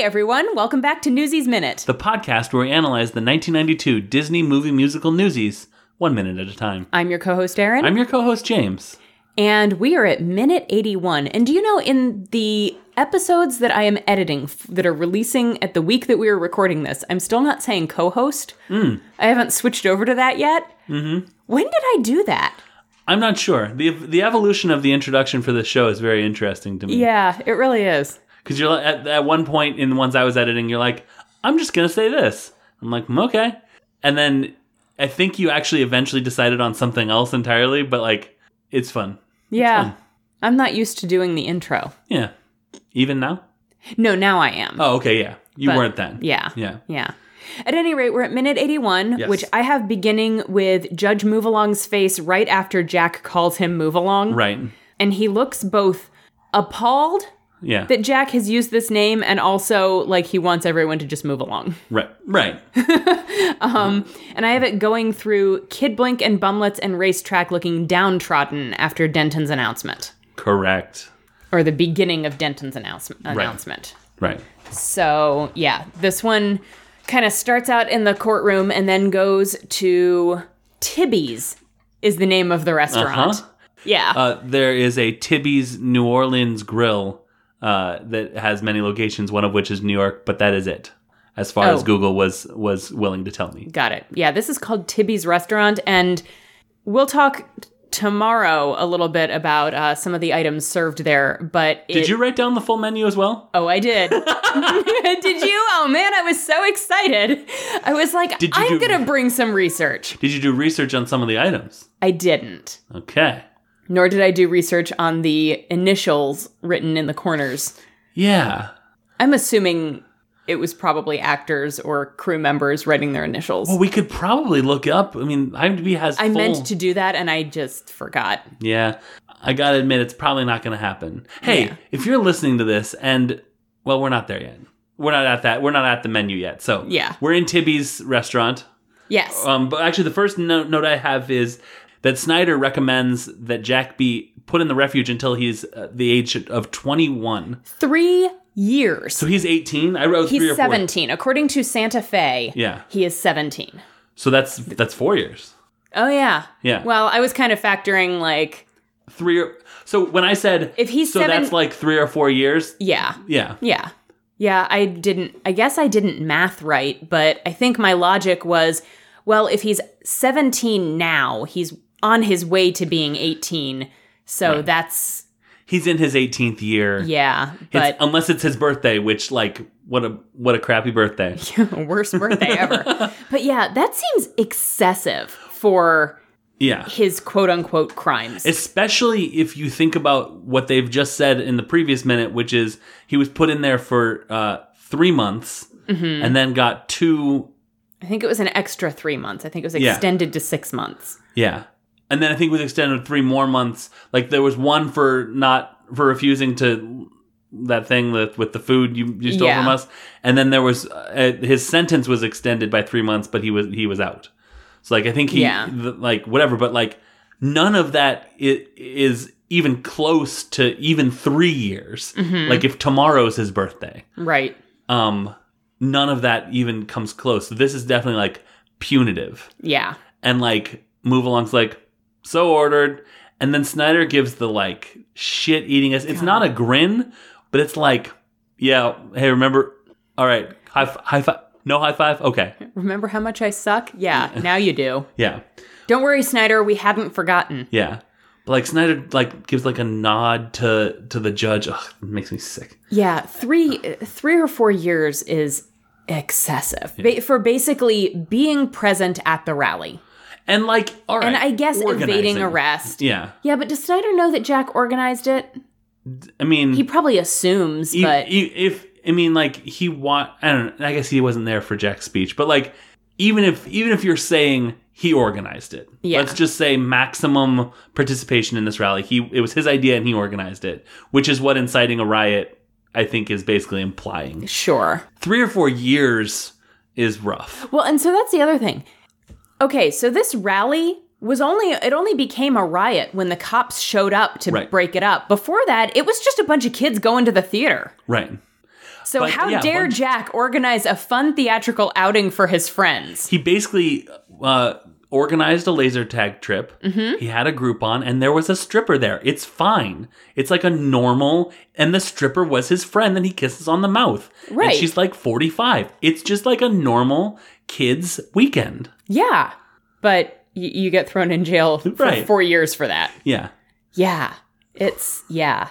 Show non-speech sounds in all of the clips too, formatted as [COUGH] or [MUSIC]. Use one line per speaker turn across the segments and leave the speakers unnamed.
everyone, welcome back to Newsies Minute.
the podcast where we analyze the 1992 Disney movie musical Newsies one minute at a time.
I'm your co host, Aaron,
I'm your co host, James.
and we are at minute 81. And do you know, in the episodes that I am editing f- that are releasing at the week that we are recording this, I'm still not saying co host. I haven't switched over to that yet. Mm-hmm. When did I do that?
I'm not sure. The, the evolution of the introduction for this show is very interesting to me.
Yeah, it really is.
Because you're like- at, at one point in the ones I was editing, you're like, I'm just going to say this. I'm like, "Mm, okay. And then I think you actually eventually decided on something else entirely, but like, it's fun.
Yeah. I'm not used to doing the intro.
Yeah. Even now?
No, now I am.
Oh, okay. Yeah. You
But-
weren't then.
Yeah.
Yeah.
Yeah. At any rate, we're at minute 81,
Yes.
which I have beginning with Judge Move Along's face right after Jack calls him Move Along.
Right.
And he looks both appalled
Yeah.
that Jack has used this name and also like he wants everyone to just move along.
right. Right.
And I have it going through Kid Blink and Bumlets and Racetrack looking downtrodden after Denton's announcement
Correct.
or the beginning of Denton's announcement. announcement.
Right.
So, yeah, this one kind of starts out in the courtroom and then goes to Tibby's, is the name of the restaurant.
Uh-huh.
Yeah.
Uh, there is a Tibby's New Orleans Grill uh, that has many locations, one of which is New York, but that is it, as far
Oh.
as Google was was willing to tell me.
Got it. Yeah, this is called Tibby's Restaurant. And we'll talk t- tomorrow a little bit about uh, some of the items served there. But
Did you write down the full menu as well?
Oh, I
[LAUGHS]
did. [LAUGHS] did you? Oh, man, I was so excited. I was like,
Did you
I'm
do-
going to bring some research.
Did you do research on some of the items?
I didn't.
Okay.
Nor did I do research on the initials written in the corners.
Yeah.
I'm assuming it was probably actors or crew members writing their initials.
Well, we could probably look up. I mean, IMDb has.
I
Oh, full-
meant to do that and I just forgot.
Yeah. I gotta admit, it's probably not gonna happen. Hey, if you're listening to this, and well, we're not there yet. We're not at that. We're not at the menu yet. So
Yeah.
we're in Tibby's restaurant.
Yes.
Um, but actually, the first note, note I have is that Snyder recommends that Jack be put in the refuge until he's uh, the age of 21.
Three years.
So he's 18. I wrote three or
He's
four.
17. According to Santa Fe,
Yeah.
he is 17.
So that's that's four years.
Oh, yeah.
Yeah.
Well, I was kind of factoring, like,
Three. Or, so when I said
If he's
so
seven-
that's like three or four years.
yeah,
Yeah.
yeah. Yeah, I didn't, I guess I didn't math right, but I think my logic was well, if he's 17 now, he's on his way to being 18. So that's,
He's in his 18th year.
yeah.
[LAUGHS] It's-
But
unless it's his birthday, which like what a what a crappy birthday.
[LAUGHS] worst birthday
[LAUGHS]
ever. But yeah, that seems excessive for
Yeah.
his quote unquote crimes.
Especially if you think about what they've just said in the previous minute, which is he was put in there for uh, three months and then got two.
I think it was an extra three months. I think it was
Yeah.
extended to six months.
Yeah. And then I think it was extended three more months. Like there was one for not, for refusing to that thing with, with the food you, you stole
Yeah.
from us. And then there was, uh, his sentence was extended by three months, but he was, he was out. So like I think he,
Yeah.
th- like whatever, but like none of that i- is even close to even three years.
Mm-hmm.
Like if tomorrow's his birthday,
Right.
um, none of that even comes close. So this is definitely like punitive
Yeah.
and like move along's like so ordered and then snyder gives the like shit eating us it's not a grin but it's like yeah hey remember all right high, f- high five no high five
[LAUGHS]
okay
Remember how much I suck? Yeah, now you do.
yeah
Don't worry, Snyder, we haven't forgotten.
yeah but like snyder like gives like a nod to to the judge Ugh, it makes me sick
Yeah, 3 3 or 4 years is excessive ba- for basically being present at the rally.
and like all right
And I guess evading
organizing.
arrest.
yeah
Yeah, but does Snyder know that Jack organized it?
i mean
He probably assumes,
E-
but
e- if I mean, like he want, I don't. know. I guess he wasn't there for Jack's speech, but like, even if even if you're saying he organized it,
Yeah.
let's just say maximum participation in this rally. He it was his idea and he organized it, which is what inciting a riot I think is basically implying.
sure.
Three or four years is rough.
Well, and so that's the other thing. Okay, so this rally was only it only became a riot when the cops showed up to
Right.
break it up. Before that, it was just a bunch of kids going to the theater.
Right.
So
But,
how
yeah,
dare
bunch-
Jack organize a fun theatrical outing for his friends?
He basically uh, organized a laser tag trip.
Mm-hmm.
He had a Groupon, and there was a stripper there. It's fine. It's like a normal, and the stripper was his friend, and he kisses on the mouth.
Right.
And she's like 45. It's just like a normal kids' weekend.
Yeah, but y- you get thrown in jail for
[LAUGHS] Right.
four years for that.
Yeah.
Yeah, it's
[LAUGHS]
yeah.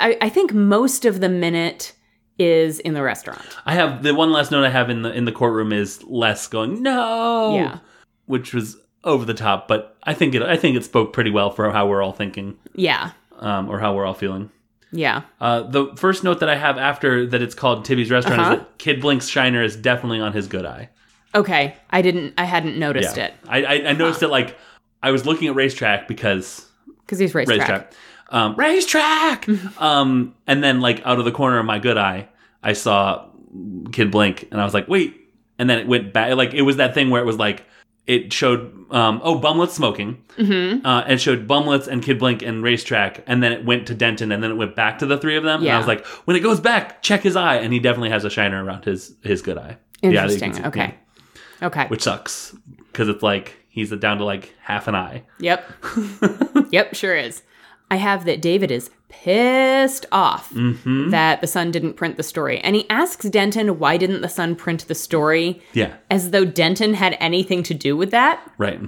I, I think most of the minute is in the restaurant.
I have the one last note I have in the in the courtroom is Les going no,
Yeah.
which was over the top, but I think it I think it spoke pretty well for how we're all thinking
Yeah,
um, or how we're all feeling.
yeah.
Uh, the first note that I have after that it's called Tibby's Restaurant
Uh-huh.
is that Kid Blink's Shiner is definitely on his good eye.
Okay, I didn't. I hadn't noticed it. 'Cause it
I, I, I noticed that like I was looking at racetrack because
because he's racetrack.
racetrack, um, racetrack,
[LAUGHS]
um, and then like out of the corner of my good eye, I saw Kid Blink, and I was like, wait, and then it went back. Like it was that thing where it was like it showed um, oh Bumlet's smoking,
Mm-hmm.
uh, and it showed Bumlets and Kid Blink and Racetrack, and then it went to Denton, and then it went back to the three of them. And I
Yeah.
was like, when it goes back, check his eye, and he definitely has a shiner around his his good eye. Yeah, that you can
Interesting.
see. Yeah.
okay. Okay.
which sucks because it's like he's down to like half an eye. [LAUGHS]
Yep. yep. Sure is. I have that David is pissed off
hmm
that the Sun didn't print the story, and he asks Denton why didn't the Sun print the story,
Yeah,
as though Denton had anything to do with that.
right.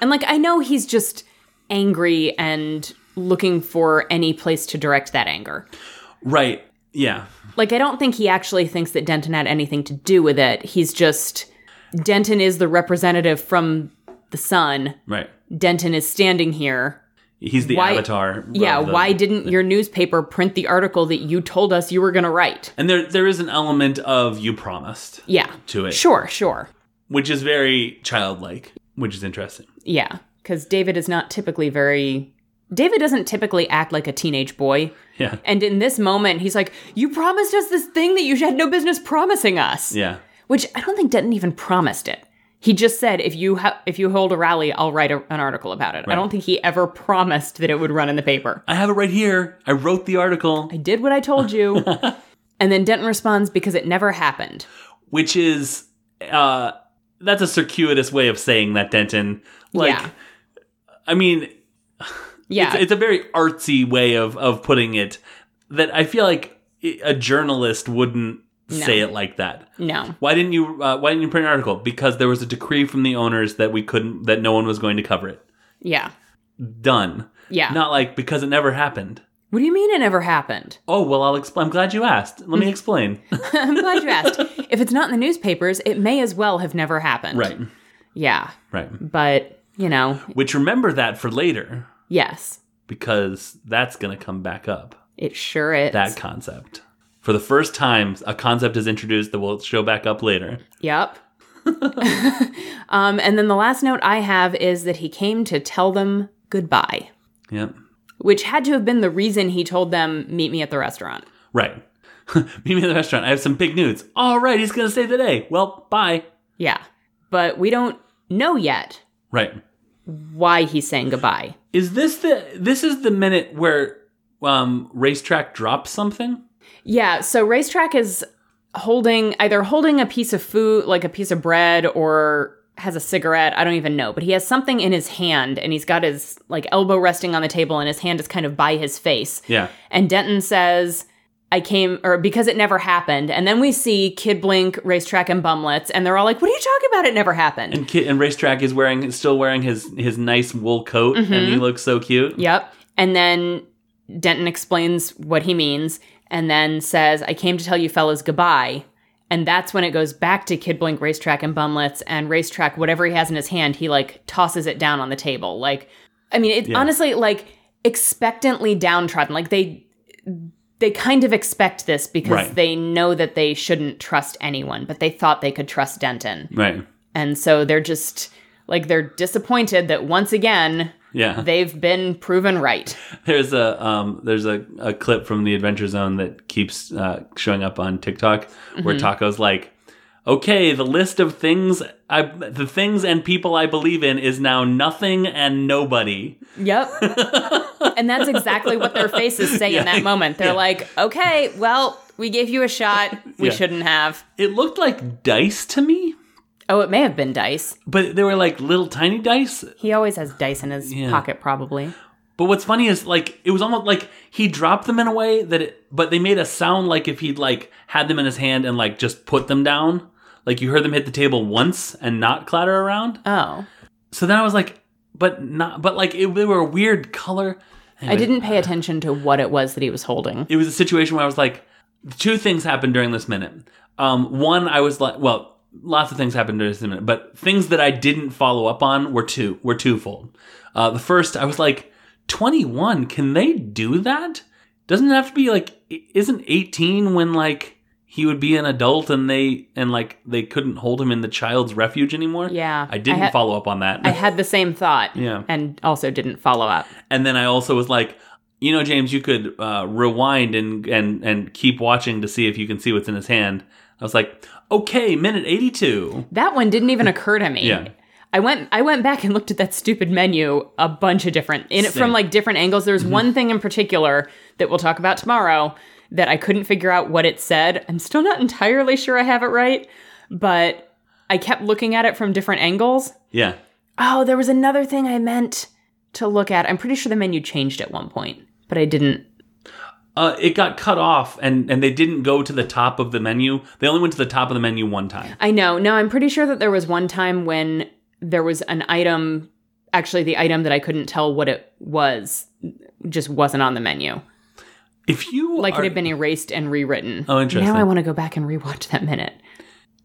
And like I know he's just angry and looking for any place to direct that anger.
Right. Yeah.
Like I don't think he actually thinks that Denton had anything to do with it. He's just Denton is the representative from the sun.
Right.
Denton is standing here.
He's the
Why-
avatar. of
Yeah,
the-
why didn't your newspaper print the article that you told us you were going to write?
And there there is an element of you promised
Yeah.
to it,
Sure, sure.
which is very childlike, which is interesting.
Yeah, cuz David is not typically very David doesn't typically act like a teenage boy.
Yeah.
And in this moment, he's like, You promised us this thing that you had no business promising us.
Yeah.
Which I don't think Denton even promised it. He just said, If you, ha- if you hold a rally, I'll write a- an article about it. I don't think he ever promised that it would run in the paper.
I have it right here. I wrote the article.
I did what I told
[LAUGHS]
you. and then Denton responds, Because it never happened.
which is uh that's a circuitous way of saying that denton like
Yeah.
i mean
Yeah.
it's, it's a very artsy way of of putting it that i feel like i- a journalist wouldn't say it like that
no.
why didn't you uh, why didn't you print an article because there was a decree from the owners that we couldn't that no one was going to cover it
Yeah.
done
Yeah.
not like because it never happened
What do you mean it never happened? [LAUGHS]
oh well i'll explain i'm glad you asked let me explain
I'm glad you asked. if it's not in the newspapers, it may as well have never happened.
right
Yeah. [LAUGHS]
right
But, you know,
which remember that for later
yes,
because that's going to come back up
it sure is.
that concept. For the first time, a concept is introduced that will show back up later.
Yep. [LAUGHS] um, and then the last note I have is that he came to tell them goodbye,
Yep.
which had to have been the reason he told them, meet me at the restaurant.
Right. [LAUGHS] Meet me at the restaurant. I have some big news. All right, he's going to save the day. Well, bye.
Yeah. But we don't know yet
Right.
why he's saying goodbye.
Is this the this is the minute where um racetrack drops something?
Yeah. So Racetrack is holding either holding a piece of food, like a piece of bread, or has a cigarette. I don't even know, but he has something in his hand and he's got his like elbow resting on the table and his hand is kind of by his face.
Yeah.
And Denton says, I came, or because it never happened. And then we see Kid Blink, Racetrack, and Bumlets, and they're all like, What are you talking about? It never happened.
And Ki and racetrack is wearing still wearing his his nice wool coat and he looks so cute.
yep. And then Denton explains what he means and then says, I came to tell you fellas goodbye. And that's when it goes back to Kid Blink, Racetrack, and Bumlets, and Racetrack, whatever he has in his hand, he like tosses it down on the table. Like, I mean, it's honestly like expectantly downtrodden. Like, they. They kind of expect this because
Right.
they know that they shouldn't trust anyone, but they thought they could trust Denton.
Right.
And so they're just like, they're disappointed that once again,
Yeah.
they've been proven right.
There's a um, there's a, a clip from the Adventure Zone that keeps uh, showing up on TikTok where Taco's like, "Okay, the list of things I the things and people I believe in is now nothing and nobody."
Yep. and that's exactly what their faces say in that moment. They're like, okay, well, We gave you a shot. We
Yeah.
shouldn't have.
It looked like dice to me,
Oh, it may have been dice.
but they were like little tiny dice.
He always has dice in his
Yeah.
pocket, probably.
But what's funny is like it was almost like he dropped them in a way that it, but they made a sound like if he'd like had them in his hand and like just put them down. Like you heard them hit the table once and not clatter around.
Oh,
So then I was like, but not, but like it, they were a weird color.
I
Anyway,
didn't pay attention to what it was that he was holding.
It was a situation where I was like, two things happened during this minute. Um, one, I was like, well, lots of things happened during this minute, but things that I didn't follow up on were two, were twofold. Uh, the first, I was like, 21, can they do that? Doesn't it have to be like, i- isn't 18 when like he would be an adult and they, and like they couldn't hold him in the child's refuge anymore?
Yeah.
I didn't
I ha-
follow up on that.
I had the same thought.
Yeah.
And also didn't follow up.
And then I also was like, you know, James, you could uh, rewind and and and keep watching to see if you can see what's in his hand. I was like, okay, minute eighty-two.
That one didn't even occur to me.
Yeah.
I went I went back and looked at that stupid menu a bunch of different in it from
Same. Mm-hmm.
like different angles. There's one thing in particular that we'll talk about tomorrow that I couldn't figure out what it said. I'm still not entirely sure I have it right, but I kept looking at it from different angles.
Yeah,
Oh, there was another thing I meant to look at. I'm pretty sure the menu changed at one point, but I didn't.
uh, it got cut off, and and they didn't go to the top of the menu. They only went to the top of the menu one time.
I know. No, I'm pretty sure that there was one time when there was an item, actually, the item that I couldn't tell what it was just wasn't on the menu.
If you
Like
are-
it had been erased and rewritten.
Oh, interesting.
Now I want to go back and rewatch that minute.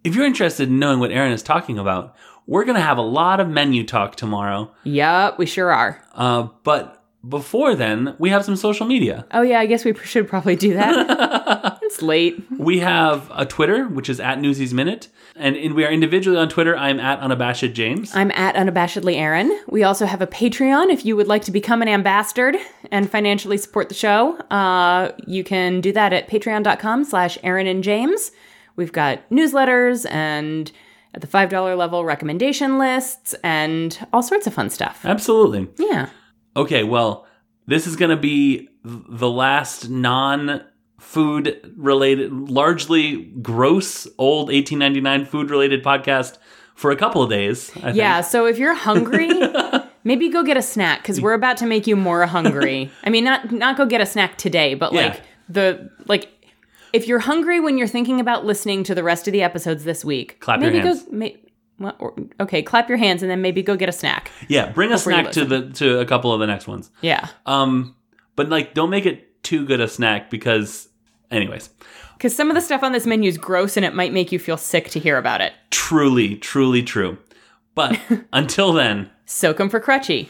if you're interested in knowing what Aaron is talking about, we're gonna have a lot of menu talk tomorrow.
Yup, we sure are.
Uh, but before then, we have some social media.
Oh, yeah, I guess we should probably do that.
[LAUGHS]
it's late.
We have a Twitter, which is at Newsies Minute, and, and we are individually on Twitter. I'm at unabashed James.
I'm at unabashedly Aaron. We also have a Patreon if you would like to become an ambassador and financially support the show. Uh, you can do that at patreon.com slash Aaron and James. We've got newsletters and at the $5 level recommendation lists and all sorts of fun
Uh,
stuff.
Absolutely.
Yeah.
Okay, well, this is going to be th- the last non food related, largely gross old 1899 food related podcast for a couple of days. I think.
Yeah, so if you're
[LAUGHS]
hungry, maybe go get a snack because we're about to make you more hungry. I mean, not not go get a snack today, but
Yeah.
like the like if you're hungry when you're thinking about listening to the rest of the episodes this week,
Clap your
maybe
hands.
go. May, well, or, okay, clap your hands and then maybe go get a snack.
Yeah, bring a
you
snack to the to a couple of the next ones.
Yeah,
Um, but like, don't make it too good a snack because, anyways.
because some of the stuff on this menu is gross and it might make you feel sick to hear about it.
truly, truly true. But until then,
Soak 'em for crutchy.